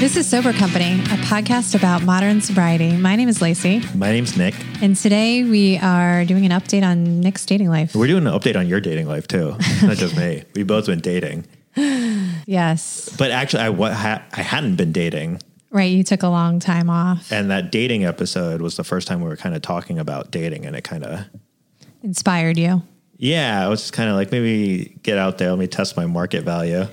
This is Sober Company, a podcast about modern sobriety. My name is Lacey, My name's Nick. and today we are doing an update on Nick's dating life. We're doing an update on your dating life too, not just me. We've both been dating, Yes. but actually, I wa- ha- I hadn't been dating, Right. You took a long time off. and that dating episode was the first time we were kind of talking about dating, and it kind of Inspired you. yeah, I was just kind of like maybe get out there, let me test my market value.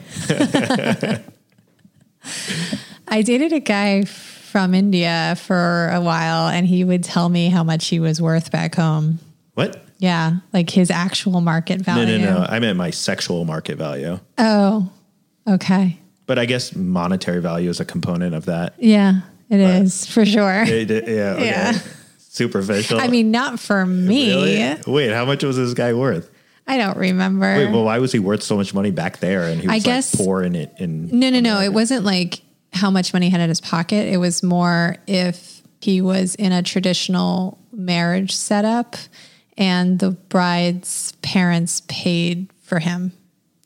I dated a guy from India for a while, and he would tell me how much he was worth back home. What? Yeah. Like his actual market No, value. no, no. I meant my sexual market value, Oh, okay. but I guess monetary value is a component of that. Yeah, it is for sure. It- it- yeah, okay. Yeah. Superficial. I mean, not for me. really? Wait, how much was this guy worth? I don't remember. Wait, well, why was he worth so much money back there? And he was I like guess- poor in it. In No, no, no. It wasn't like how much money he had in his pocket. It was more if he was in a traditional marriage setup and the bride's parents paid for him.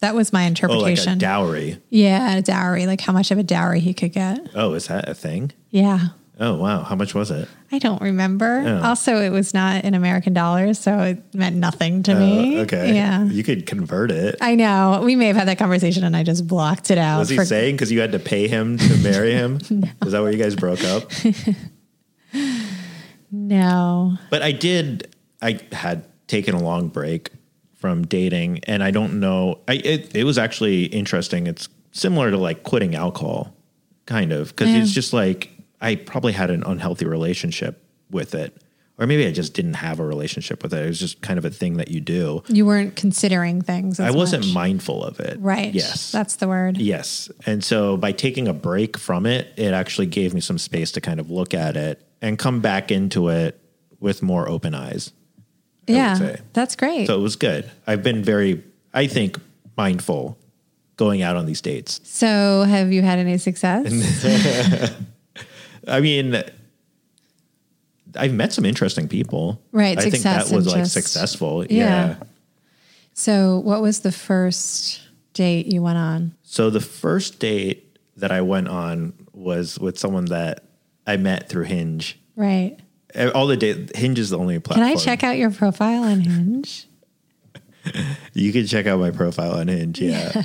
That was my oh, like interpretation. a dowry. yeah, a dowry, like how much of a dowry he could get. Oh, is that a thing? Yeah. Oh wow, how much was it? I don't remember. Oh. Also, it was not in American dollars, so it meant nothing to me. Oh, Okay, Yeah. you could convert it. I know. We may have had that conversation and I just blocked it out. Was he for- saying because you had to pay him to marry him? Is that where you guys broke up? no. But I did. I had taken a long break from dating, and I don't know. I it, it was actually interesting. It's similar to like quitting alcohol, kind of, because it's just like I probably had an unhealthy relationship with it, or maybe I just didn't have a relationship with it. It was just kind of a thing that you do. You weren't considering things. As I wasn't much. mindful of it. Right. Yes. That's the word. Yes. And so by taking a break from it, it actually gave me some space to kind of look at it and come back into it with more open eyes. would yeah. say. That's great. So So, it was good. I've been very, I think, mindful going out on these dates. have you had any success? I mean, I've met some interesting people. Right, I think success that was and like just- successful. Yeah. Yeah. so, what was the first date you went on? So the first date that I went on was with someone that I met through Hinge. Right. Eh, All the date Hinge is the only Can platform. I check out your profile on Hinge? You can check out my profile on Hinge. Yeah.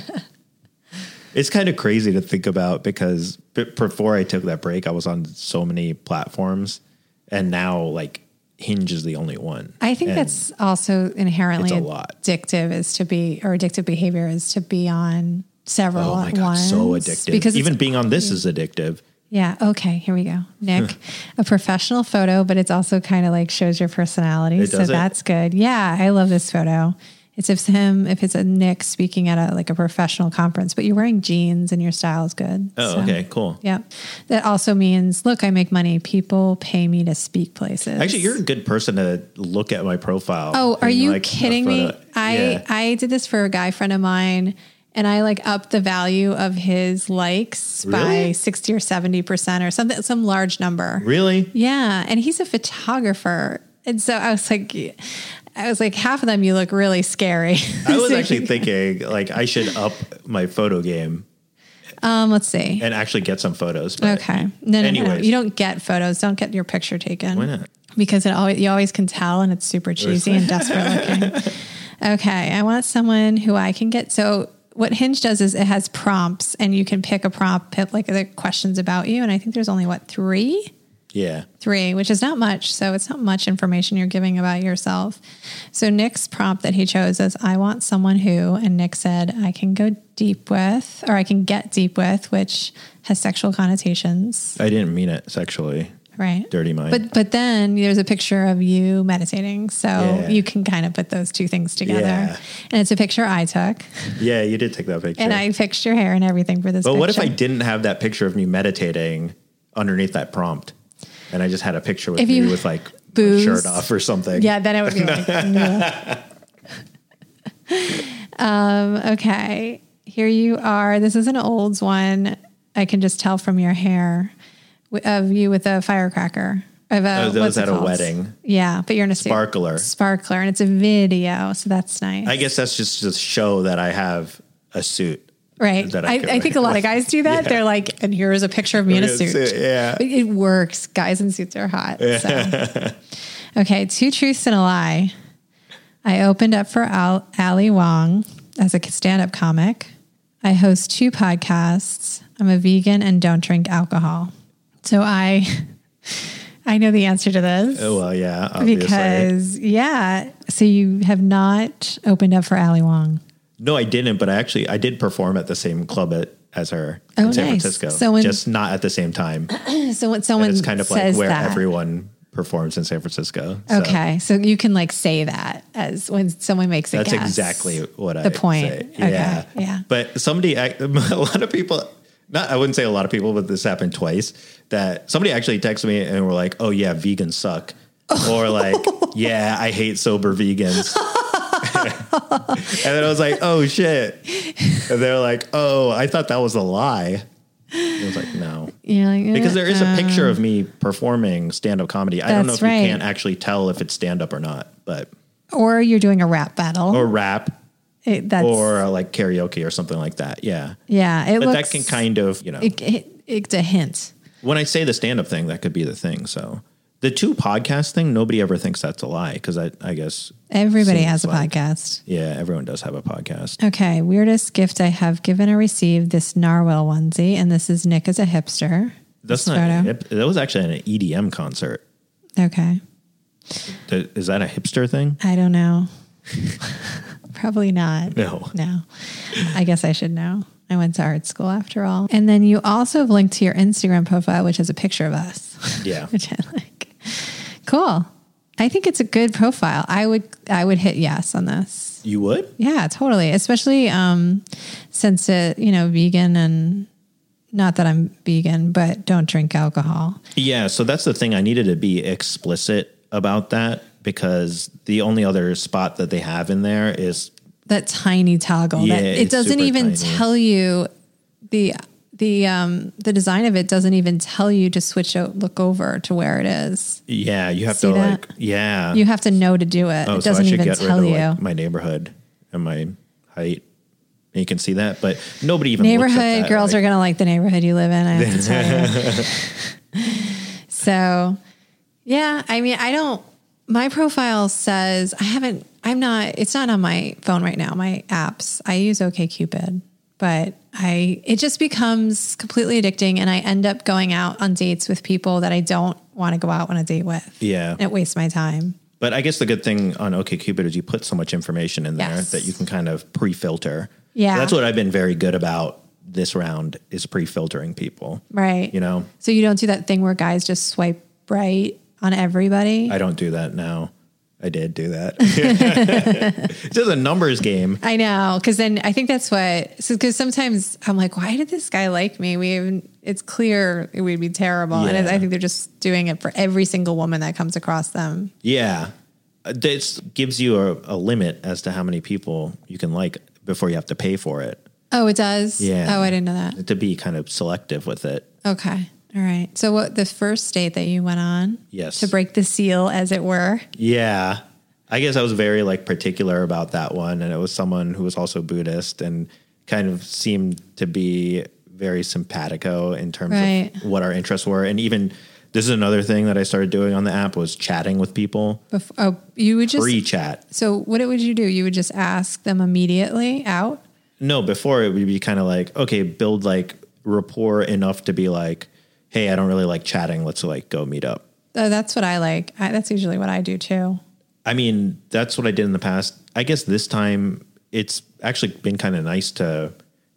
it's kind of crazy to think about because b- before I took that break, I was on so many platforms. And now, like, Hinge is the only one. I think And that's also inherently It's a lot. addictive is to be, or addictive behavior is to be on several Oh my at God, once. so addictive. Because it's Even being on this is addictive. Yeah. Okay. Here we go. Nick, a professional photo, but it's also kind of like shows your personality. It so does it? that's good. Yeah. I love this photo. It's if him, if it's a Nick speaking at a like a professional conference, but you're wearing jeans and your style is good. Oh, So, okay, cool. Yeah. That also means, look, I make money. People pay me to speak places. Actually, you're a good person to look at my profile. Oh, are and, you like, a kidding me? photo- I Yeah. I did this for a guy friend of mine, and I like upped the value of his likes by Really? sixty or seventy percent or something, some large number. Really? Yeah, and he's a photographer, and so I was like, I was like, half of them you look really scary. I was actually thinking like I should up my photo game um, let's see. and actually get some photos. But Okay, no, no, no, no, Anyways. you don't get photos. Don't get your picture taken. Why not? Because it always you always can tell, and it's super cheesy and desperate looking. Okay, I want someone who I can get. So what Hinge does is it has prompts, and you can pick a prompt, pick like the questions about you. And I think there's only what three Yeah. three, which is not much. So it's not much information you're giving about yourself. So Nick's prompt that he chose is I want someone who, and Nick said, I can go deep with, or I can get deep with, which has sexual connotations, I didn't mean it sexually. right? Dirty mind. But but then there's a picture of you meditating, so Yeah. you can kind of put those two things together. Yeah. And it's a picture I took, yeah, you did take that picture. and I fixed your hair and everything for this. But what if picture. I didn't have that picture of me meditating underneath that prompt, and I just had a picture with If me you- with like my Booze. shirt off or something? Yeah, then it would be like. um, okay, here you are. This is an Olds one. I can just tell from your hair w- of you with a firecracker. Of a, Oh, that what's was it at a called? wedding. Yeah, but you're in a suit. Sparkler. Sparkler, and it's a video, so that's nice. I guess that's just to show that I have a suit Right. That I I, can I think a make lot of up. guys do that. Yeah. They're like, and here is a picture of me in a Yeah, suit. suit, yeah. But it works. Guys in suits are hot. So. okay. Two truths and a lie. I opened up for Al- Ali Wong as a stand up comic. I host two podcasts. I'm a vegan and don't drink alcohol. So I. I know the answer to this Oh, well, yeah, obviously. because, yeah. So you have not opened up for Ali Wong. no, I didn't, but I actually I did perform at the same club at, as her Oh, in San nice. Francisco. So when- just not at the same time. So when someone It's kind of like says where that, everyone performs in San Francisco. So Okay, so you can like say that as when someone makes a That's guess. exactly what I the point. Say. Okay, Yeah. yeah. But somebody, act- a lot of people, not I wouldn't say a lot of people, but this happened twice. That somebody actually texted me and were like, "Oh yeah, vegans suck," Oh. or like, "Yeah, I hate sober vegans." and then I was like, "Oh shit!" And they're like, "Oh, I thought that was a lie." I was like, "No." Yeah, like, Because uh, there is a picture of me performing stand-up comedy. I don't know That's if right. you can't actually tell if it's stand-up or not, but or you're doing a rap battle. or rap, it, that's or uh, like karaoke or something like that. Yeah. yeah, it But looks that can kind of, you know, It, it, it's a hint. when I say the stand up thing, that could be the thing. So the two podcast thing, nobody ever thinks that's a lie because I, I guess, Everybody Seems has a like- podcast. yeah, everyone does have a podcast. Okay, weirdest gift I have given or received this narwhal onesie, and this is Nick as a hipster. That's This not, a photo. hip, that was actually an EDM concert. Okay, Th- Is that a hipster thing? I don't know. Probably not. No. No, I guess I should know. I went to art school after all. And then you also have linked to your Instagram profile, which is a picture of us, Yeah. which I like. Cool. I think it's a good profile. I would I would hit yes on this. You would? Yeah, totally. Especially um, since it you know vegan and not that I'm vegan, but don't drink alcohol. Yeah. So that's the thing. I needed to be explicit about that because the only other spot that they have in there is that tiny toggle Yeah, that it it's doesn't super even tiny. tell you the the um the design of it doesn't even tell you to switch out look over to where it is yeah, you have See to that? like yeah. you have to know to do it Oh, it doesn't so I should even get tell rid of you like, my neighborhood and my height. You can see that, but nobody even looks at neighborhood that, girls like, are gonna like the neighborhood you live in i have to tell you so yeah i mean i don't my profile says i haven't i'm not it's not on my phone right now my apps i use okcupid but i it just becomes completely addicting and i end up going out on dates with people that i don't want to go out on a date with Yeah. and it wastes my time But I guess the good thing on OKCupid is you put so much information in there Yes. that you can kind of pre-filter. Yeah. that's what I've been very good about this round is pre-filtering people. right You know, so you don't do that thing where guys just swipe right on everybody I don't do that now. I did do that. it's just a numbers game. I know, because then I think that's what. Because sometimes I'm like, why did this guy like me? We even, it's clear it would be terrible, and Yeah. I think they're just doing it for every single woman that comes across them. Yeah, Uh, this gives you a, a limit as to how many people you can like before you have to pay for it. Oh, it does. Yeah. Oh, I didn't know that. To be kind of selective with it. Okay. All right. So, what the first date that you went on? Yes. To break the seal, as it were. Yeah. I guess I was very like particular about that one and it was someone who was also Buddhist and kind of seemed to be very simpatico in terms Right. of what our interests were and even this is another thing that I started doing on the app was chatting with people Before, oh, you would just. pre-chat. So, what would you do? You would just ask them immediately out. No, before it would be kind of like okay, build like rapport enough to be like, hey, I don't really like chatting. Let's like go meet up. Oh, that's what I like. I, that's usually what I do too. I mean, that's what I did in the past. I guess this time it's actually been kind of nice to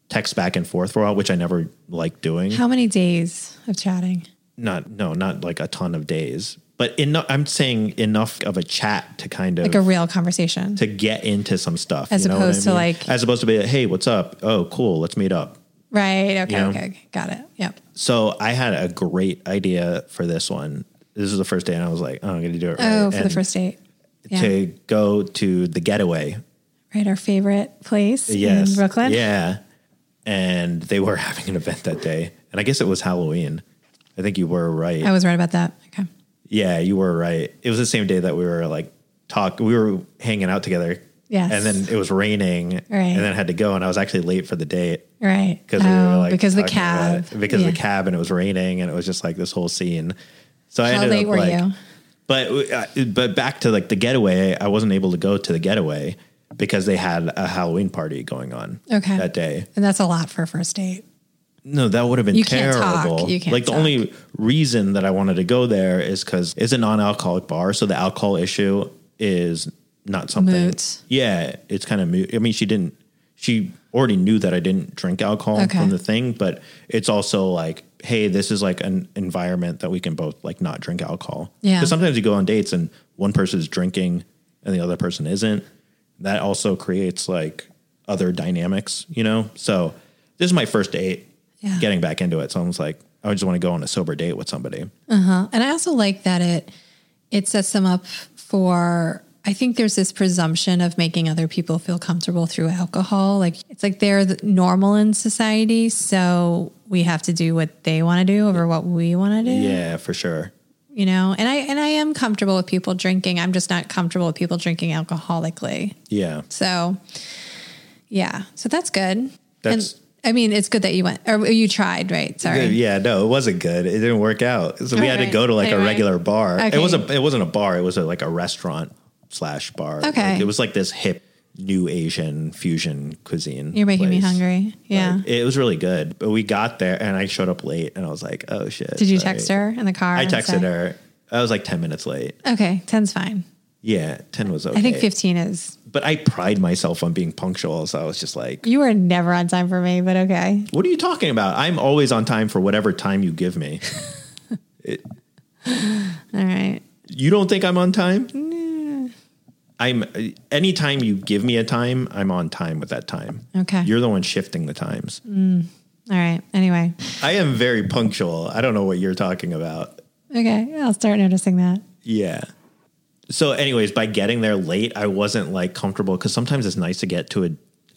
text back and forth for a while, which I never liked doing. How many days of chatting? Not no, not like a ton of days, but enough. I'm saying enough of a chat to kind of Like a real conversation. to get into some stuff, As you know what I opposed to, mean? like- as opposed to be like, hey, what's up? Oh, cool, let's meet up. Right. Okay. Yeah. Okay. okay. Got it. Yep. So I had a great idea for this one. This is the first day, and I was like, oh, I'm going to do it. Right. Oh, for the And first date. Yeah. to go to the getaway right. Our favorite place yes. in Brooklyn. Yeah. And they were having an event that day. And I guess it was Halloween. I think you were right. I was right about that. Okay. yeah, you were right. It was the same day that we were like talk we were hanging out together Yes. and then it was raining, and then I had to go, and I was actually late for the date right. because we were Oh, like because the talking about it- cab. because Yeah. of the cab, and it was raining, and it was just like this whole scene. So I How ended late up were like, you? but uh, but back to like the getaway, I wasn't able to go to the getaway because they had a Halloween party going on Okay. that day. And that's a lot for a first date. No, that would have been You can't terrible. talk. You can't like the talk. only reason that I wanted to go there is because it's a non-alcoholic bar, so the alcohol issue is not something. Moot. Yeah, it's kind of moot. I mean, she didn't. She already knew that I didn't drink alcohol Okay. from the thing, but it's also like, hey, this is like an environment that we can both like not drink alcohol. Yeah. 'Cause sometimes you go on dates and one person's drinking and the other person isn't. That also creates like other dynamics, you know? So this is my first date Yeah. getting back into it. So I was like, I just want to go on a sober date with somebody. And I also like that it it sets them up for I think there's this presumption of making other people feel comfortable through alcohol. Like it's like they're the normal in society, so we have to do what they want to do over what we want to do. Yeah, for sure. You know, and I and I am comfortable with people drinking. I'm just not comfortable with people drinking alcoholically. Yeah. So yeah. So that's good. That's- and I mean, it's good that you went or you tried, right? Sorry. Yeah, no, it wasn't good. It didn't work out. So we All had to right. go to like All a right. regular bar. Okay. It wasn't. It wasn't a bar. It was a, like a restaurant slash bar. Like, Okay. it was like this hip new Asian fusion cuisine. You're making me place. hungry. Yeah. Like, it was really good. But we got there and I showed up late and I was like, oh shit. Did you Like, text her in the car? I and texted say- her. I was like ten minutes late. Okay, 10's fine. Yeah, ten was okay. I think 15 is. But I pride myself on being punctual, so I was just like, You were never on time for me, but okay. "What are you talking about? I'm always on time for whatever time you give me. All right. You don't think I'm on time? I'm anytime you give me a time, I'm on time with that time. Okay. Mm. You're the one shifting the times. All right. Anyway. I am very punctual. I don't know what you're talking about. Okay, I'll start noticing that. Yeah. So anyways, by getting there late, I wasn't like comfortable cuz sometimes it's nice to get to a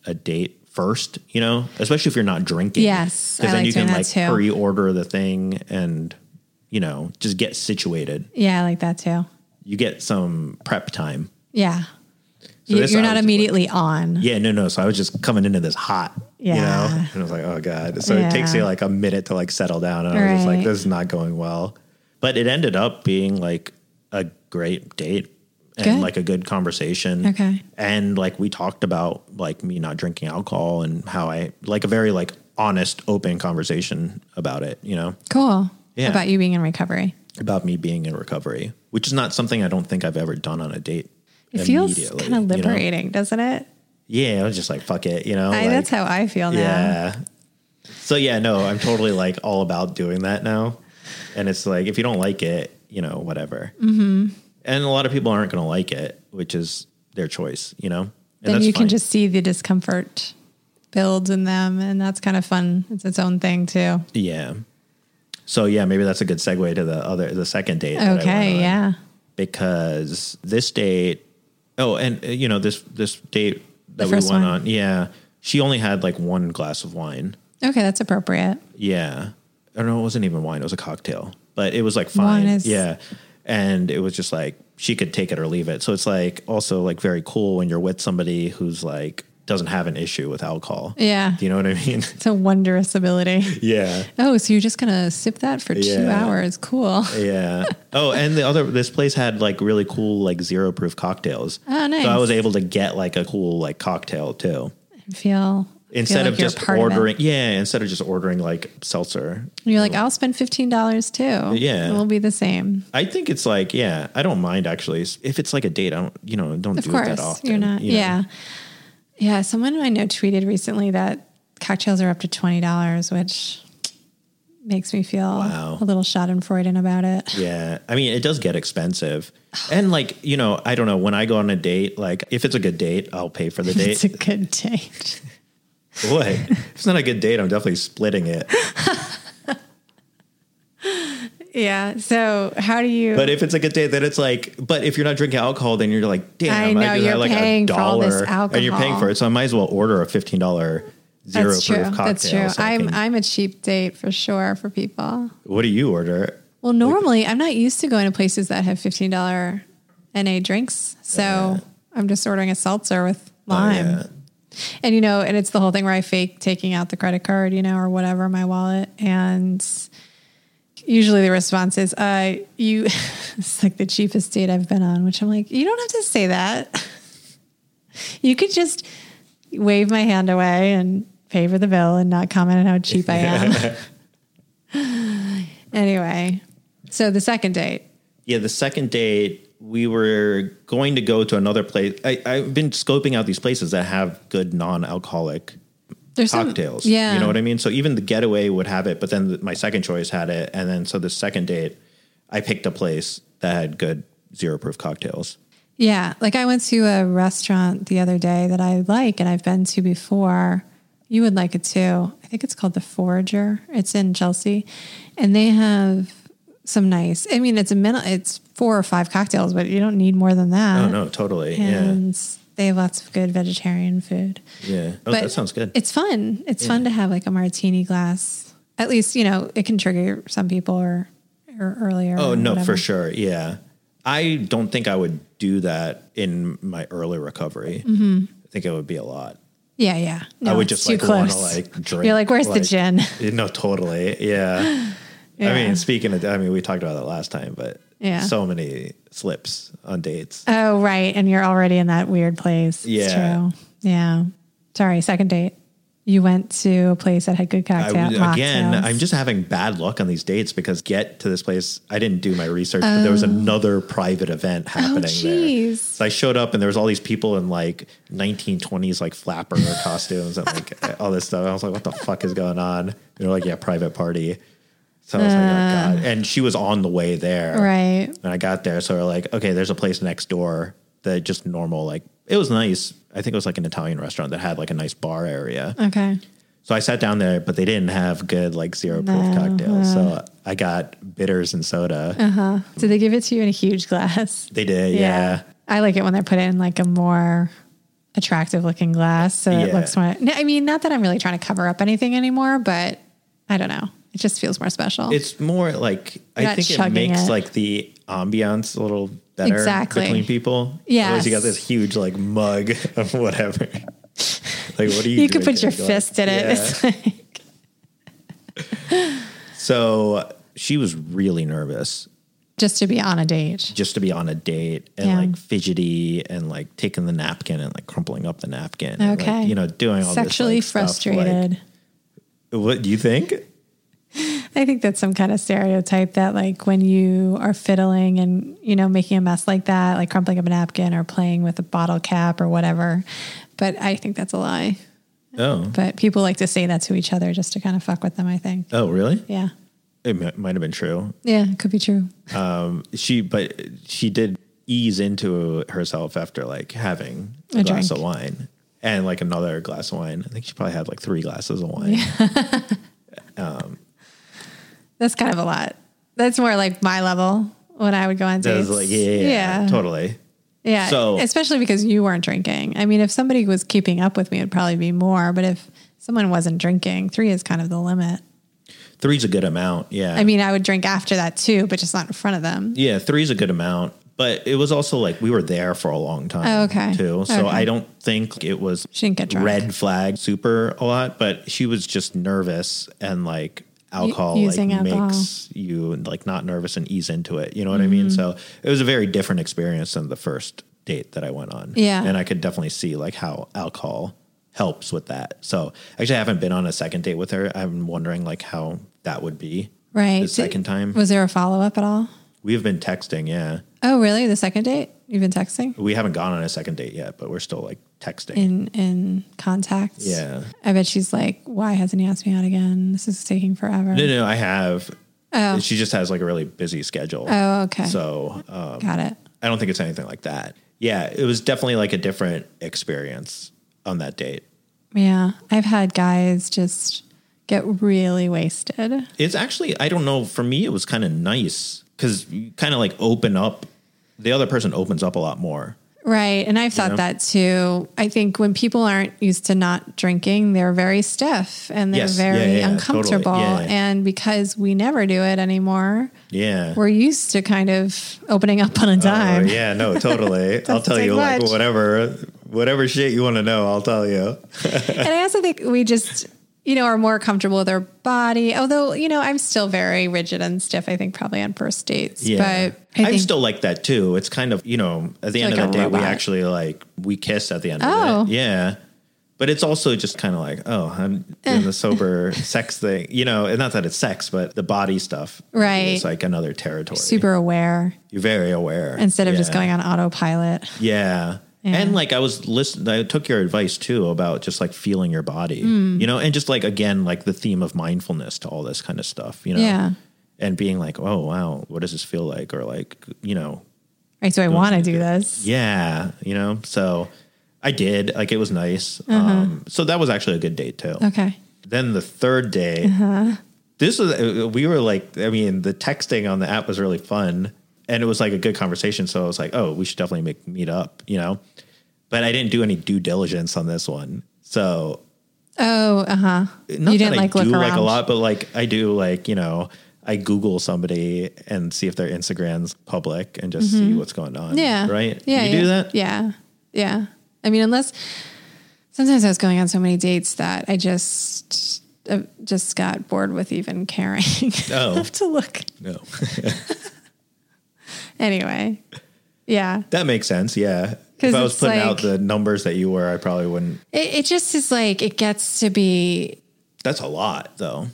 a date first, you know, especially if you're not drinking. Yes, I Cuz then like you can doing that like too. pre-order the thing and you know, just get situated. Yeah, I like that too. You get some prep time. Yeah. you, this you're I not was just immediately on. Yeah, no, no. So I was just coming into this hot, you Yeah. know, and I was like, oh god. So it takes Yeah. you like a minute to like settle down, and I was just like, Right. this is not going well. But it ended up being like a great date and Good. like a good conversation. Okay. And like we talked about like me not drinking alcohol and how I like a very like honest, open conversation about it. You know, Cool. Yeah. About you being in recovery. about me being in recovery, which is not something I don't think I've ever done on a date. It feels immediately, kind of you know? liberating, doesn't it? Yeah, I was just like, fuck it, you know. I, like- that's how I feel now. Yeah. So yeah, no, I'm totally like all about doing that now. And it's like if you don't like it, you know, whatever. Mm-hmm. And a lot of people aren't going to like it, which is their choice, you know. And Then that's you can fine. just see the discomfort builds in them, and that's kind of fun. It's its own thing too. yeah. So yeah, maybe that's a good segue to the other the second date. that I went Okay, on. yeah. Because this date, oh, and uh, you know this this date that we went first one. on, yeah, she only had like one glass of wine. Okay, that's appropriate. Yeah. I don't know. It wasn't even wine. It was a cocktail, but it was like fine. Wine is- yeah. And it was just like she could take it or leave it. So it's like also like very cool when you're with somebody who's like doesn't have an issue with alcohol. Yeah. Do you know what I mean? It's a wondrous ability. yeah. Oh, so you're just gonna sip that for two Yeah. hours? Cool. Yeah. Oh, and the other this place had like really cool like zero proof cocktails. Oh, nice. So I was able to get like a cool like cocktail too. I feel Instead feel like of you're just part it. ordering, yeah, instead of just ordering like seltzer, you're like, I'll spend fifteen dollars too. Yeah. we'll be the same. I think it's like, yeah, I don't mind actually. If it's like a date, I don't, you know, don't Of do it course, that often. you're not. you know? Yeah, yeah. Someone I know tweeted recently that cocktails are up to twenty dollars, which makes me feel Wow. a little Schadenfreude about it. Yeah. I mean, it does get expensive. And like, you know, I don't know. When I go on a date, like if it's a good date, I'll pay for the It's a date. good date. Boy, if it's not a good date, I'm definitely splitting it. Yeah. So how do you? But if it's a good date, then it's like, but if you're not drinking alcohol, then you're like, damn, I know, just had, you're paying for all this And you're paying alcohol. for it. So I might as well order a $15 zero that's proof true. cocktail. That's true. so I I'm can- I'm a cheap date for sure for people. what do you order? Well, normally I'm not used to going to places that have fifteen dollar NA drinks, so I'm just ordering a seltzer with lime. Oh, yeah. And you know, and it's the whole thing where I fake taking out the credit card, you know, or whatever, my wallet. And usually the response is, uh, you, it's like the cheapest date I've been on, which I'm like, you don't have to say that. you could just wave my hand away and pay for the bill and not comment on how cheap I am. anyway, so the second date. Yeah, the second date we were going to go to another place. I, I've been scoping out these places that have good non-alcoholic There's some- cocktails. yeah. you know what I mean. So even the getaway would have it, but then th- my second choice had it, and then so the second date, I picked a place that had good zero proof cocktails. Yeah. Like I went to a restaurant the other day that I like and I've been to before. You would like it too. I think it's called The Forager. It's in Chelsea. And they have some nice, I mean, it's a minute, it's four or five cocktails, but you don't need more than that. Oh no, totally. Yeah, And they have lots of good vegetarian food. yeah. Oh, that sounds good. It's fun. It's fun to have like a martini glass. At least, you know, it can trigger some people or, or earlier. Oh or no, whatever. for sure. Yeah, I don't think I would do that in my early recovery. Mm-hmm. I think it would be a lot. Yeah, yeah. I No, would it's just too like want to close. like drink. You're like, where's the gin? No, totally. Yeah. I Yeah. mean, speaking of, I mean, we talked about that last time, but Yeah. so many slips on dates. Oh, right. And you're already in that weird place. It's Yeah. true. Yeah. Sorry. Second date. You went to a place that had good I, cocktail. again, mocktails. I'm just having bad luck on these dates because get to this place. I didn't do my research, but there was another private event happening there. Oh. jeez. So I showed up and there was all these people in like 1920s, like flapper costumes and like all this stuff. I was like, what the fuck is going on? And they're like, yeah, private party. So I was like, oh God. And she was on the way there. Uh. right. And I got there, so we're like, okay, there's a place next door that just normal, like it was nice. I think it was like an Italian restaurant that had like a nice bar area. Okay. So I sat down there, but they didn't have good like zero proof cocktails. Uh-huh. So I got bitters and soda. Uh, So they give it to you in a huge glass. They did, yeah. I like it when they put it in like a more attractive looking glass. So it Yeah. looks more. No, I mean, not that I'm really trying to cover up anything anymore, but I don't know. It just feels more special. It's more like I Not think it chugging makes it. like the ambiance a little better Exactly. between people. Yes. Otherwise you got this huge like mug of whatever. like what do you? you could put your drinking? Like, fist in it. yeah. It's like, So she was really nervous. just to be on a date. just to be on a date and Yeah. like fidgety and like taking the napkin and like crumpling up the napkin. and, like, Okay. you know, doing all Sexually this, like, stuff, like- frustrated. what do you think? I think that's some kind of stereotype that like when you are fiddling and you know making a mess like that, like crumpling up a napkin or playing with a bottle cap or whatever. But I think that's a lie. Oh, But people like to say that to each other just to kind of fuck with them. I think. oh, really? Yeah. It mi- might have been true. Yeah, it could be true. She, but she did ease into herself after like having a, A glass drink. of wine and like another glass of wine. I think she probably had like three glasses of wine. That's kind of a lot. That's more like my level when I would go on So I dates. was like, yeah, yeah, yeah, totally. Yeah. So- especially because you weren't drinking. I mean, if somebody was keeping up with me, it'd probably be more. But if someone wasn't drinking, three is kind of the limit. Three's a good amount. Yeah. I mean, I would drink after that too, but just not in front of them. Yeah, three's a good amount, but it was also like we were there for a long time. Oh, okay. Too. So Okay. I don't think it was She didn't get drunk. red flag super a lot, but she was just nervous and like alcohol using like alcohol. makes you like not nervous and ease into it. You know what I Mm-hmm. mean? So it was a very different experience than the first date that I went on. Yeah. And I could definitely see like how alcohol helps with that. So actually I haven't been on a second date with her. I'm wondering like how that would be. Right. The second time. Was there a follow up at all? We've been texting, yeah. Oh, really? The second date? You've been texting? we haven't gone on a second date yet, but we're still like texting. In in contact? yeah. I bet she's like, why hasn't he asked me out again? This is taking forever. No, no, I have. She just has like a really busy schedule. Oh, okay. So um, Got it. I don't think it's anything like that. Yeah, it was definitely like a different experience on that date. Yeah. I've had guys just get really wasted. It's actually, I don't know, for me, it was kind of nice because you kind of like open up, the other person opens up a lot more. Right. And I've thought know? that too. I think when people aren't used to not drinking, they're very stiff and they're Yes. Yeah, very yeah, yeah. uncomfortable. Totally. Yeah, yeah. And because we never do it anymore, Yeah. we're used to kind of opening up on a Oh, dime. yeah, no, totally. I'll Doesn't tell take you like much. whatever whatever shit you want to know, I'll tell you. And I also think we just, you know, are more comfortable with our body. Although, you know, I'm still very rigid and stiff, I think, probably on first dates. But I I'm think, still like that too. It's kind of you know at the end like of a the day we robot. actually like we kiss at the end Oh. of it. Yeah. But it's also just kind of like, oh, I'm Eh. doing the sober sex thing, you know, and not that it's sex, but the body stuff. Right. It's like another territory. super aware You're very aware. instead of just Yeah. going on autopilot. Yeah. And like I was listening, I took your advice too about just like feeling your body, Hmm. you know, and just like again, like the theme of mindfulness to all this kind of stuff, you know, Yeah. and being like, oh, wow, what does this feel like? Or like, you know, Right. So I want to do this. yeah, you know, so I did. Like it was nice. Um, so that was actually a good date too. Uh-huh. Okay. Uh-huh. Then the third day, this was uh, we were like, I mean, the texting on the app was really fun, and it was like a good conversation. So I was like, oh, we should definitely make meet up, you know. But I didn't do any due diligence on this one, so Oh, uh huh. not You didn't that I like do look around. like a lot, but like I do like you know. I Google somebody and see if their Instagram's public and just see what's going on. Mm-hmm. Yeah. Right? Yeah. You yeah. do that? Yeah. Yeah. I mean, unless sometimes I was going on so many dates that I just uh, just got bored with even caring Oh. enough to look. No. Anyway. Yeah. that makes sense. Yeah. 'Cause If I was it's putting like- out the numbers that you were, I probably wouldn't. It, it just is like it gets to be That's a lot though.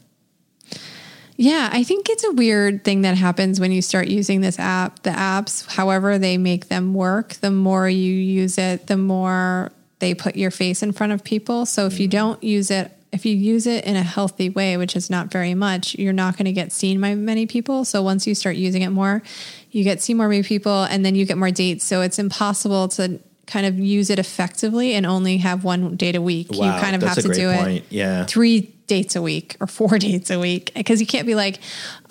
Yeah, I think it's a weird thing that happens when you start using this app. The apps, however they make them work, the more you use it, the more they put your face in front of people. So if you don't use it, if you use it in a healthy way, which is not very much, you're not going to get seen by many people. So once you start using it more, you get seen more by people and then you get more dates. So it's impossible to kind of use it effectively and only have one date a week. you kind of have to do it Yeah. three dates a week or four dates a week because you can't be like,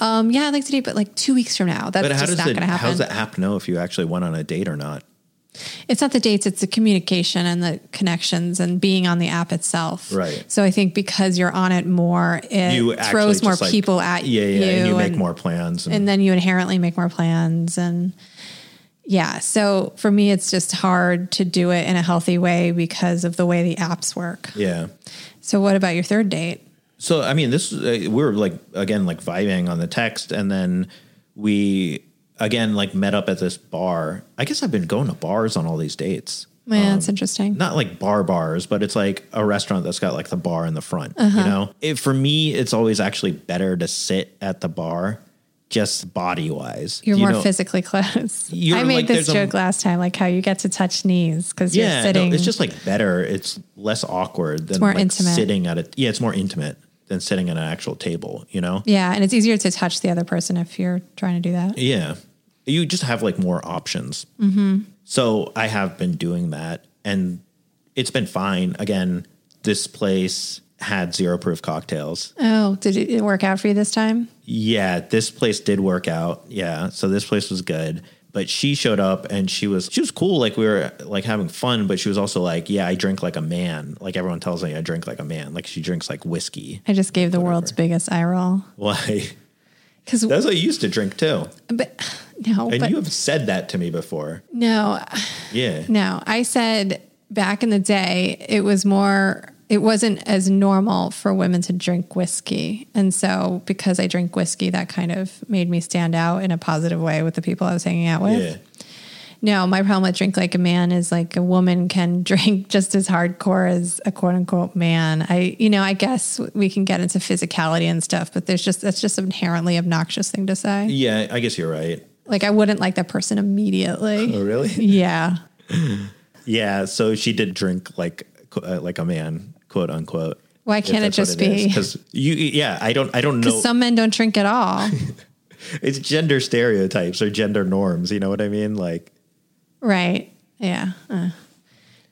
um, yeah, I'd like to date, but like two weeks from now, that's But how just does not going the to how does happen. the app know if you actually went on a date or not? It's not the dates; it's the communication and the connections and being on the app itself. Right. So I think because you're on it more, it You actually throws more just, like- people at Yeah, yeah, you, and you make and- more plans. And, and then you inherently make more plans and yeah so for me it's just hard to do it in a healthy way because of the way the apps work yeah. so what about your third date So I mean, this uh, we were like again like vibing on the text, and then we again like met up at this bar. I guess I've been going to bars on all these dates. man Um, that's interesting not like bar bars, but it's like a restaurant that's got like the bar in the front. Uh-huh. You know, it, for me, it's always actually better to sit at the bar, just body wise. You're more physically close. You're I made like- this there's a- joke last time, like how you get to touch knees because Yeah, you're sitting. No, it's just like better. It's less awkward than more like intimate. sitting at a. Yeah, it's more intimate than sitting at an actual table. You know. yeah, and it's easier to touch the other person if you're trying to do that. Yeah. You just have like more options. Mm-hmm. So I have been doing that and it's been fine. Again, this place had zero proof cocktails. Oh, did it it work out for you this time? Yeah, this place did work out. Yeah. So this place was good. But she showed up and she was she was cool. Like we were like having fun, but she was also like, Yeah, I drink like a man. Like everyone tells me I drink like a man. Like she drinks like whiskey. I just gave the world's biggest eye roll Why? because That's what I used to drink too. but no, And but you have said that to me before. no, Yeah. no. I said back in the day, it was more. It wasn't as normal for women to drink whiskey. And so, because I drink whiskey, that kind of made me stand out in a positive way with the people I was hanging out with. Yeah. No, my problem with drink like a man is like a woman can drink just as hardcore as a quote unquote man. I, you know, I guess we can get into physicality and stuff, but there's just that's just an inherently obnoxious thing to say. Yeah, I guess you're right. Like I wouldn't like that person immediately. Oh, really? Yeah, Yeah. So she did drink like qu- uh, like a man, quote unquote. Why can't it just be? Because you, yeah, I don't, I don't know. some men don't drink at all, it's gender stereotypes or gender norms. You know what I mean? Like, right? Yeah. Uh.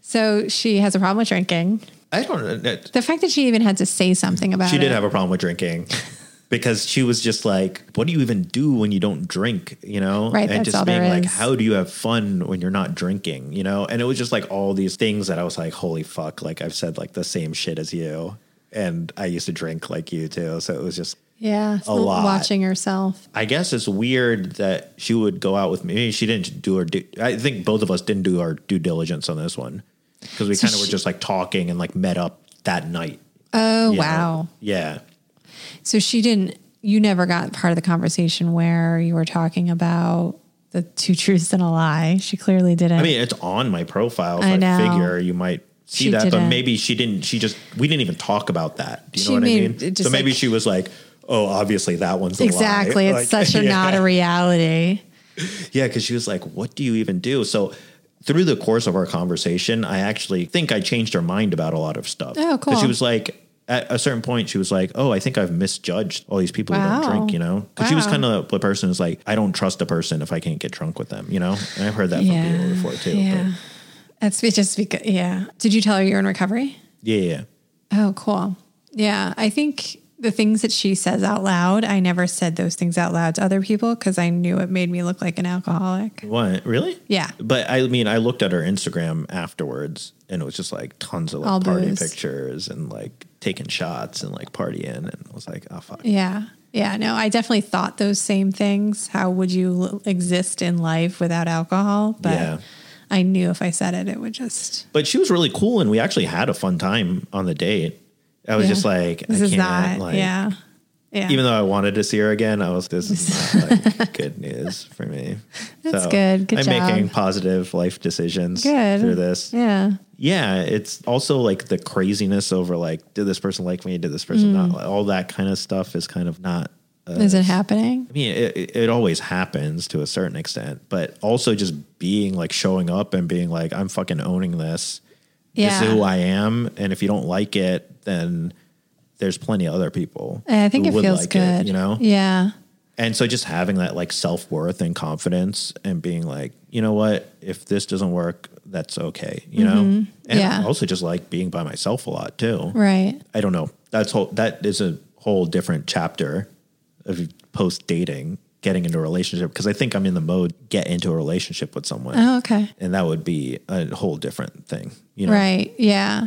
So she has a problem with drinking. I don't. know. The fact that she even had to say something about She it. did have a problem with drinking. because she was just like, "What do you even do when you don't drink?" You know, Right, and that's just all there being like, is. "How do you have fun when you're not drinking?" You know, and it was just like all these things that I was like, "Holy fuck!" Like I've said like the same shit as you, and I used to drink like you too, so it was just. Yeah. A lot. Watching yourself. I guess it's weird that she would go out with me. Maybe she didn't do her. Due, I think both of us didn't do our due diligence on this one because we So kind of were she- just like talking and like met up that night. Oh, you know? wow. Yeah. So she didn't, you never got part of the conversation where you were talking about the two truths and a lie. She clearly didn't. I mean, it's on my profile. So I I, know. figure you might see She that, didn't. but maybe she didn't. She just we didn't even talk about that. Do you She know what made I it mean? just So maybe like- she was like, "Oh, obviously that one's a lie." exactly. It's Like, such a yeah. not a reality. Yeah, because she was like, "What do you even do?" So through the course of our conversation, I actually think I changed her mind about a lot of stuff. Oh, 'Cause cool. She was like. At a certain point, she was like, "Oh, I think I've misjudged all these people who Wow. don't drink," you know, because she was Wow. kind of the person who's like, "I don't trust a person if I can't get drunk with them," you know. And I've heard that from people before too. but- Yeah. That's be- just because, yeah. Did you tell her you're in recovery? yeah, yeah, yeah. Oh, cool. Yeah. I think the things that she says out loud, I never said those things out loud to other people because I knew it made me look like an alcoholic. What? Really? Yeah. But I mean, I looked at her Instagram afterwards, and it was just like tons of like All party booze. pictures and like taking shots and like partying, and I was like, oh fuck. Yeah. Yeah. No, I definitely thought those same things. How would you l- exist in life without alcohol? But Yeah. I knew if I said it, it would just, But she was really cool, and we actually had a fun time on the date. I was Yeah. just like, this I is can't. not, like, yeah. Yeah. Even though I wanted to see her again, I was this is not like good news for me. That's good. Good I'm job. making positive life decisions Good. through this. yeah. yeah, it's also like the craziness over like, did this person like me? Did this person not? Mm. Like, all that kind of stuff is kind of not. Uh, Is it happening? I mean, it, it- it always happens to a certain extent, but also just being like showing up and being like, I'm fucking owning this. This Yeah. is who I am, and if you don't like it, then there's plenty of other people. And I think who it would feels like good. you know. Yeah. And so just having that like self worth and confidence and being like, you know what, if this doesn't work, that's okay, you know? And Mm-hmm. Yeah. I also just like being by myself a lot too. Right. I don't know. That's whole that is a whole different chapter of post dating, getting into a relationship. Cause I think I'm in the mode get into a relationship with someone. Oh, okay. And that would be a whole different thing. You know, Right. Yeah.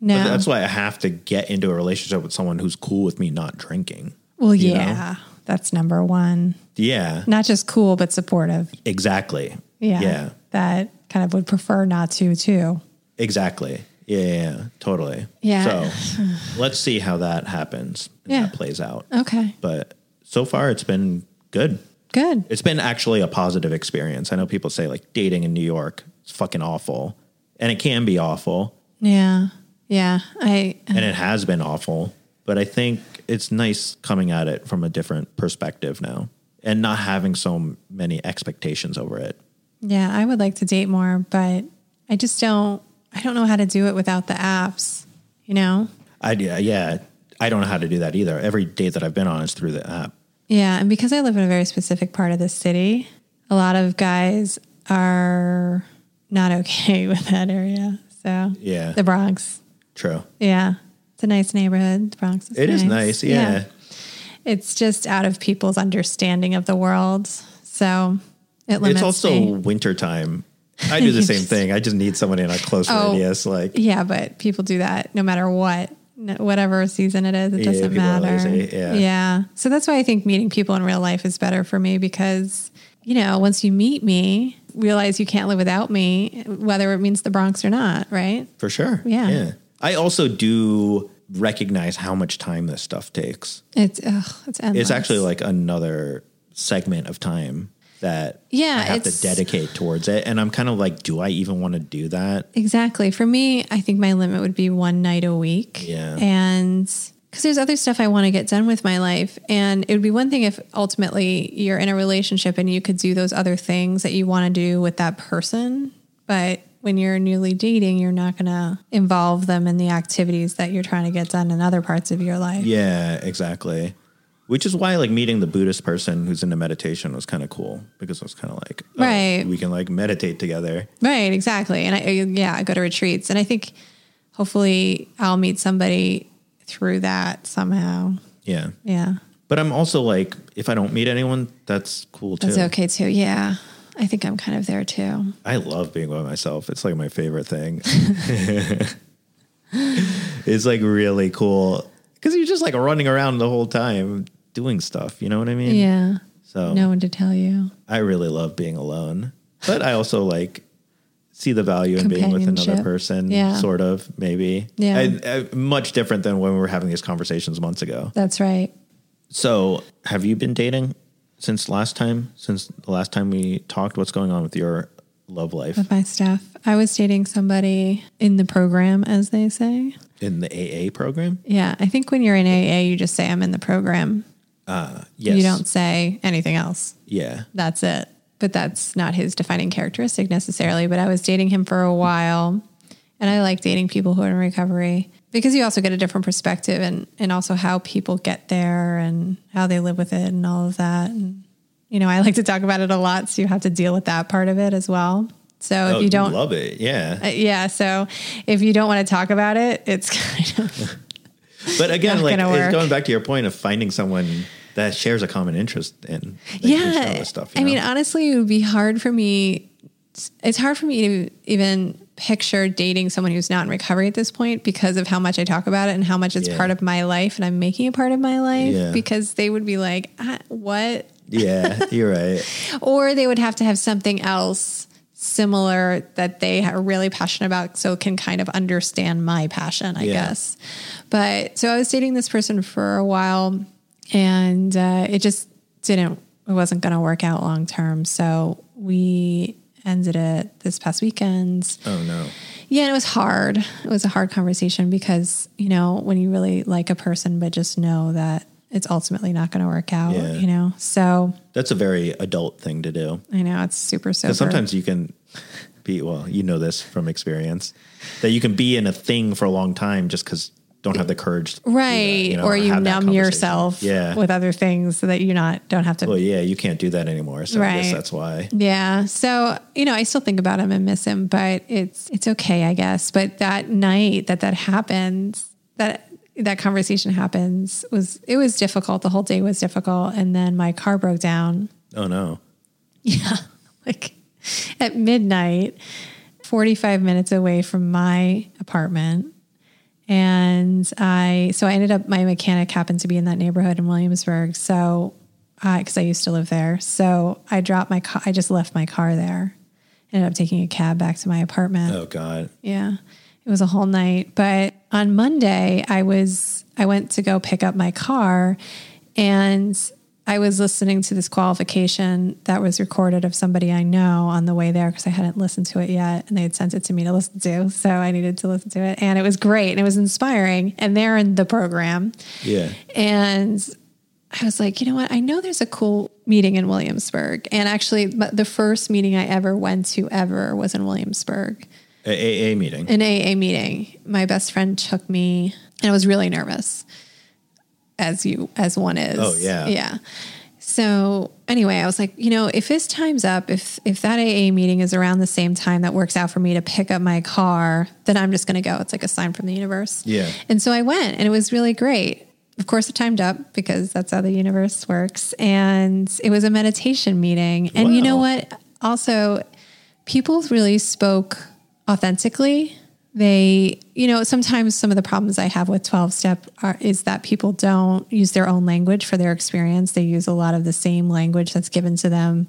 No. But that's why I have to get into a relationship with someone who's cool with me not drinking. well, you know? yeah. That's number one. Yeah. Not just cool, but supportive. Exactly. Yeah. Yeah. That kind of would prefer not to, too. Exactly. Yeah, yeah, yeah, totally. Yeah. So let's see how that happens and Yeah. that plays out. Okay. But so far, it's been good. Good. It's been actually a positive experience. I know people say like dating in New York is fucking awful, and it can be awful, Yeah. Yeah. I and it has been awful. But I think it's nice coming at it from a different perspective now and not having so many expectations over it. yeah, I would like to date more, but I just don't I don't know how to do it without the apps, you know? I, yeah, I don't know how to do that either. Every date that I've been on is through the app. Yeah, and because I live in a very specific part of the city, a lot of guys are not okay with that area. So Yeah. the Bronx. True. Yeah. It's a nice neighborhood. The Bronx is It nice. is nice. yeah. It's just out of people's understanding of the world. So it limits It's also me. wintertime. I do the same thing. I just need someone in a close Oh. radius. Like Yeah, but people do that no matter what, no, whatever season it is. It Yeah, doesn't people are matter. lazy, yeah. So that's why I think meeting people in real life is better for me because, you know, once you meet me, realize you can't live without me, whether it means the Bronx or not, right? for sure. Yeah. I also do recognize how much time this stuff takes. It's ugh, it's endless. It's actually like another segment of time that Yeah, I have it's- to dedicate towards it. And I'm kind of like, do I even want to do that? Exactly. For me, I think my limit would be one night a week. Yeah. And because there's other stuff I want to get done with my life. And it would be one thing if ultimately you're in a relationship and you could do those other things that you want to do with that person. But when you're newly dating, you're not going to involve them in the activities that you're trying to get done in other parts of your life. Yeah, exactly. Which is why like meeting the Buddhist person who's into meditation was kind of cool because it was kind of like, oh, Right. we can like meditate together. Right, exactly. And I, I- yeah, I go to retreats. And I think hopefully I'll meet somebody through that somehow. Yeah. Yeah. But I'm also like, if I don't meet anyone, that's cool too. That's okay too. Yeah. I think I'm kind of there too. I love being by myself. It's like my favorite thing. it's like really cool because you're just like running around the whole time doing stuff. You know what I mean? Yeah. So No one to tell you. I really love being alone, but I also like see the value in being with another Companionship. person. Yeah. Sort of, maybe. Yeah. I, I, much different than when we were having these conversations months ago. That's right. So, have you been dating since last time? Since the last time we talked, what's going on with your love life With my stuff. I was dating somebody in the program, as they say. in the AA program? Yeah. I think when you're in AA, you just say, I'm in the program. Yes. You don't say anything else. Yeah. That's it. But that's not his defining characteristic necessarily. But I was dating him for a while. And I like dating people who are in recovery because you also get a different perspective and, and also how people get there and how they live with it and all of that. And, you know, I like to talk about it a lot. So you have to deal with that part of it as well. So if Oh, you don't, love it, yeah. uh, yeah. So if you don't want to talk about it, it's kind of, But again, not like gonna it's work. going back to your point of finding someone that shares a common interest in that you can share yeah. this stuff. you I mean, know? honestly, it would be hard for me. It's hard for me to even picture dating someone who's not in recovery at this point because of how much I talk about it and how much it's Yeah. part of my life and I'm making it part of my life Yeah. because they would be like, ah, what? yeah, you're right. Or they would have to have something else similar that they are really passionate about so can kind of understand my passion, I Yeah. guess. But so I was dating this person for a while and uh, it just didn't, it wasn't going to work out long term. So we ended it this past weekend. Oh no, Yeah, and it was hard. It was a hard conversation because, you know, when you really like a person, but just know that it's ultimately not going to work out, Yeah. you know? So that's a very adult thing to do. I know it's super sober. Because sometimes you can be well, you know this from experience that you can be in a thing for a long time just because don't have the courage, to do that, right you know, or you have that numb conversation. yourself Yeah. with other things so that you not don't have to well, yeah, you can't do that anymore. So I guess Right. that's why. yeah so you know i still think about him and miss him but it's it's okay i guess but that night that that happens that that conversation happens was it was difficult the whole day was difficult and then my car broke down Oh no. yeah like at midnight 45 minutes away from my apartment and i so i ended up my mechanic happened to be in that neighborhood in williamsburg so because i used to live there so i dropped my car i just left my car there ended up taking a cab back to my apartment Oh god. yeah. It was a whole night. But on Monday, I was I went to go pick up my car and I was listening to this qualification that was recorded of somebody I know on the way there because I hadn't listened to it yet and they had sent it to me to listen to. So I needed to listen to it and it was great and it was inspiring and they're in the program. Yeah. And I was like, you know what? I know there's a cool meeting in Williamsburg. And actually, m- the first meeting I ever went to ever was in Williamsburg A AA meeting. an AA meeting. My best friend took me, and I was really nervous, as you as one is. Oh, yeah. yeah. So anyway, I was like, you know, if his time's up, if if that AA meeting is around the same time that works out for me to pick up my car, then I'm just going to go. It's like a sign from the universe. Yeah. And so I went, and it was really great. Of course, it timed up because that's how the universe works. And it was a meditation meeting. And you know Wow. what? Also, people really spoke authentically. They, you know, sometimes some of the problems I have with 12 step are, is that people don't use their own language for their experience. They use a lot of the same language that's given to them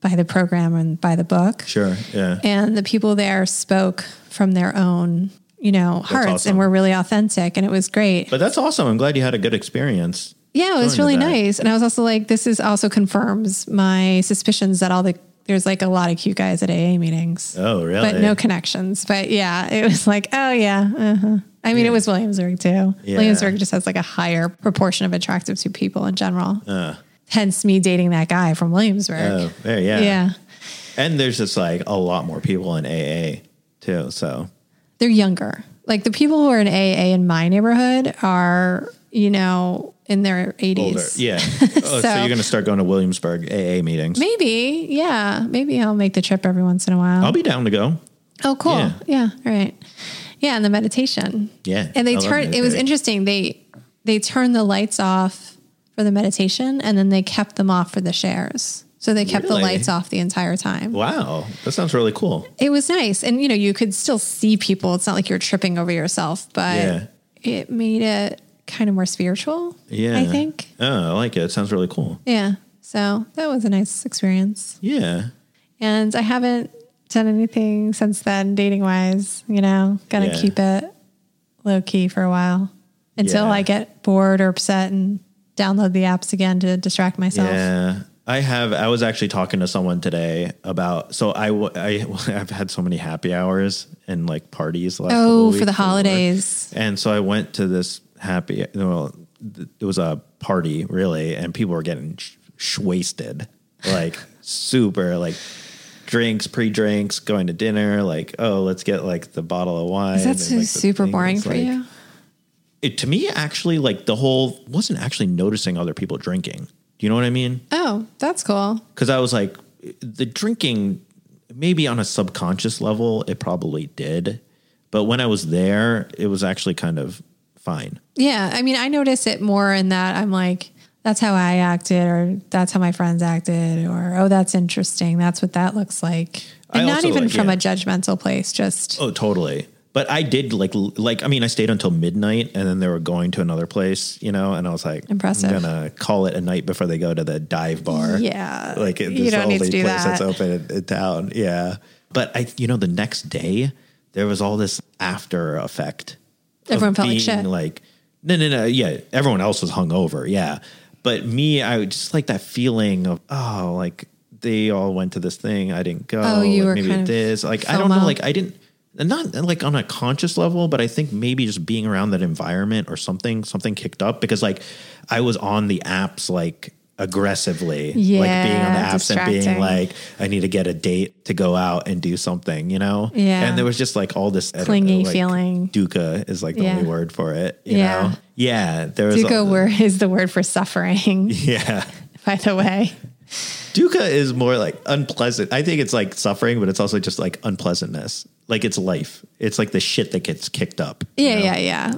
by the program and by the book. Sure. Yeah. And the people there spoke from their own, you know, hearts awesome. and were really authentic. And it was great. But that's awesome. I'm glad you had a good experience. Yeah, it was going really to that. nice. And I was also like, this is also confirms my suspicions that all the there's like a lot of cute guys at AA meetings. Oh, really? But no connections. But yeah, it was like, oh yeah. Uh-huh. I mean, it was Williamsburg too. Yeah. Williamsburg just has like a higher proportion of attractive to people in general. Hence me dating that guy from Williamsburg. Uh. Oh, there, yeah. yeah. And there's just like a lot more people in AA too. So they're younger. Like the people who are in AA in my neighborhood are, you know, in their 80s. older. Yeah. Oh, so, So- you're going to start going to Williamsburg AA meetings. Maybe, yeah. Maybe I'll make the trip every once in a while. I'll be down to go. oh, cool. yeah. Yeah. All right. Yeah, and the meditation. Yeah, And I they love turned. It was meditation. interesting. They they turned the lights off for the meditation and then they kept them off for the shares. So they kept Really? the lights off the entire time. Wow, that sounds really cool. It was nice. And you know, you could still see people. It's not like you're tripping over yourself, but Yeah. it made it kind of more spiritual. Yeah, I think. Oh, I like it. It sounds really cool. Yeah. So that was a nice experience. Yeah, And I haven't done anything since then dating wise, you know, gonna Yeah. keep it low key for a while until Yeah. I get bored or upset and download the apps again to distract myself. yeah. I have. I was actually talking to someone today about. So I, w- I, have had so many happy hours and like parties. The last couple Oh, of for the weeks at work. holidays. And so I went to this happy, well, th- it was a party really, and people were getting sh- sh- wasted, like super, like drinks, pre drinks, going to dinner, like, oh, let's get like the bottle of wine. Is that and, so like, the super thing. boring It's for like- you? It, to me, actually, like the whole wasn't actually noticing other people drinking. Do you know what I mean? Oh, that's cool. Because I was like, the drinking, maybe on a subconscious level, it probably did. But when I was there, it was actually kind of fine. Yeah. I mean, I notice it more in that I'm like, that's how I acted, or that's how my friends acted, or oh, that's interesting. That's what that looks like. I And not also even like- from yeah. a judgmental place, just Oh, totally. But I did like l- like I mean I stayed until midnight and then they were going to another place, you know, and I was like Impressive. I'm gonna call it a night before they go to the dive bar. Yeah. Oh, Like it- You it's the don't need only to place do that's that. open in, in town. Yeah. But I you know, the next day there was all this after effect. of Everyone felt like being, shit. Like no no no, yeah. Everyone else was hungover, yeah. But me, I would just like that feeling of oh, like they all went to this thing, I didn't go. Oh, you like, were maybe kind of this. Like I don't know, FOMO. like I didn't not like on a conscious level, but I think maybe just being around that environment or something, something kicked up because like I was on the apps like aggressively, like being on the Yeah, apps and being distracting. like, I need to get a date to go out and do something, you know? Yeah. And there was just like all this I don't Clingy know, like, feeling. Dukkha is like the Yeah. only word for it, you Yeah. know? Yeah. There was all- Dukkha word is the word for suffering, Yeah. by the way. Dukkha is more like unpleasant. I think it's like suffering, but it's also just like unpleasantness. Like it's life. It's like the shit that gets kicked up. Yeah, yeah, yeah.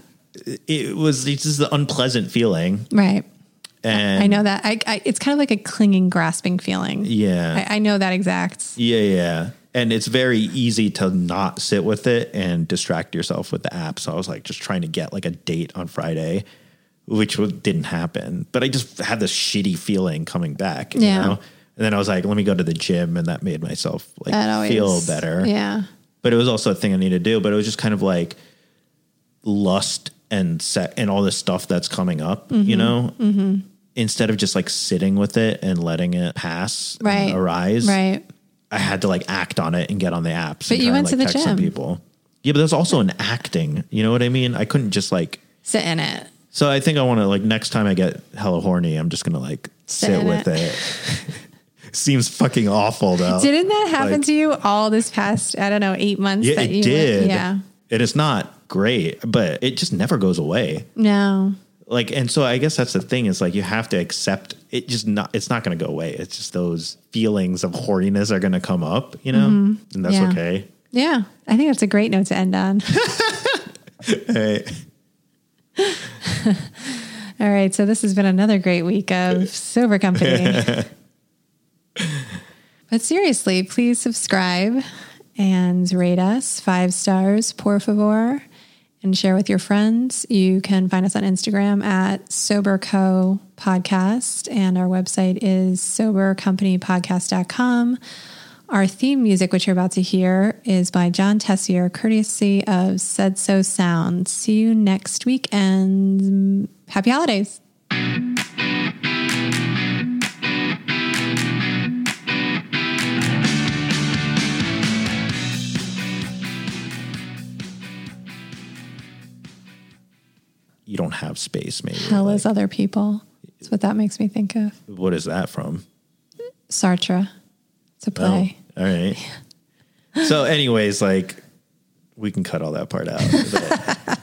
It was it's just the unpleasant feeling. Right. And I know that. I, I, it's kind of like a clinging, grasping feeling. Yeah. I, I know that exact. Yeah, yeah. And it's very easy to not sit with it and distract yourself with the app. So I was like just trying to get like a date on Friday, which w- didn't happen. But I just had this shitty feeling coming back. You Yeah. know? And then I was like, let me go to the gym. And that made myself like That always feel better. Yeah. but it was also a thing I need to do. But it was just kind of like lust and set and all this stuff that's coming up, you know. Mm-hmm. Instead of just like sitting with it and letting it pass, and Right. arise, Right. I had to like act on it and get on the apps. But and you try went and, to like, the text some gym. people. Yeah, but there's also an acting. You know what I mean? I couldn't just like. Sit in it. So I think I want to like next time I get hella horny, I'm just gonna like Sit sit in with it. it. Seems fucking awful though. Didn't that happen Like- to you all this past, I don't know, eight months? Yeah, that it you did. yeah. And it's not great, but it just never goes away. No. Like, and so I guess that's the thing is like you have to accept it. Just not, it's not going to go away. It's just those feelings of horniness are going to come up, you know, and that's Mm-hmm. Yeah. okay. Yeah. I think that's a great note to end on. Hey, all right. So this has been another great week of Silver Company. but seriously, please subscribe and rate us five stars, por favor, and share with your friends. You can find us on Instagram at SoberCo Podcast, and our website is sobercompanypodcast.com. Our theme music, which you're about to hear, is by John Tessier, courtesy of Said So Sound. See you next week and happy holidays. you don't have space, maybe. Hell is other people. That's what that makes me think of. What is that from? Sartre. It's a play. Oh, all right. So, anyways, like we can cut all that part out. but-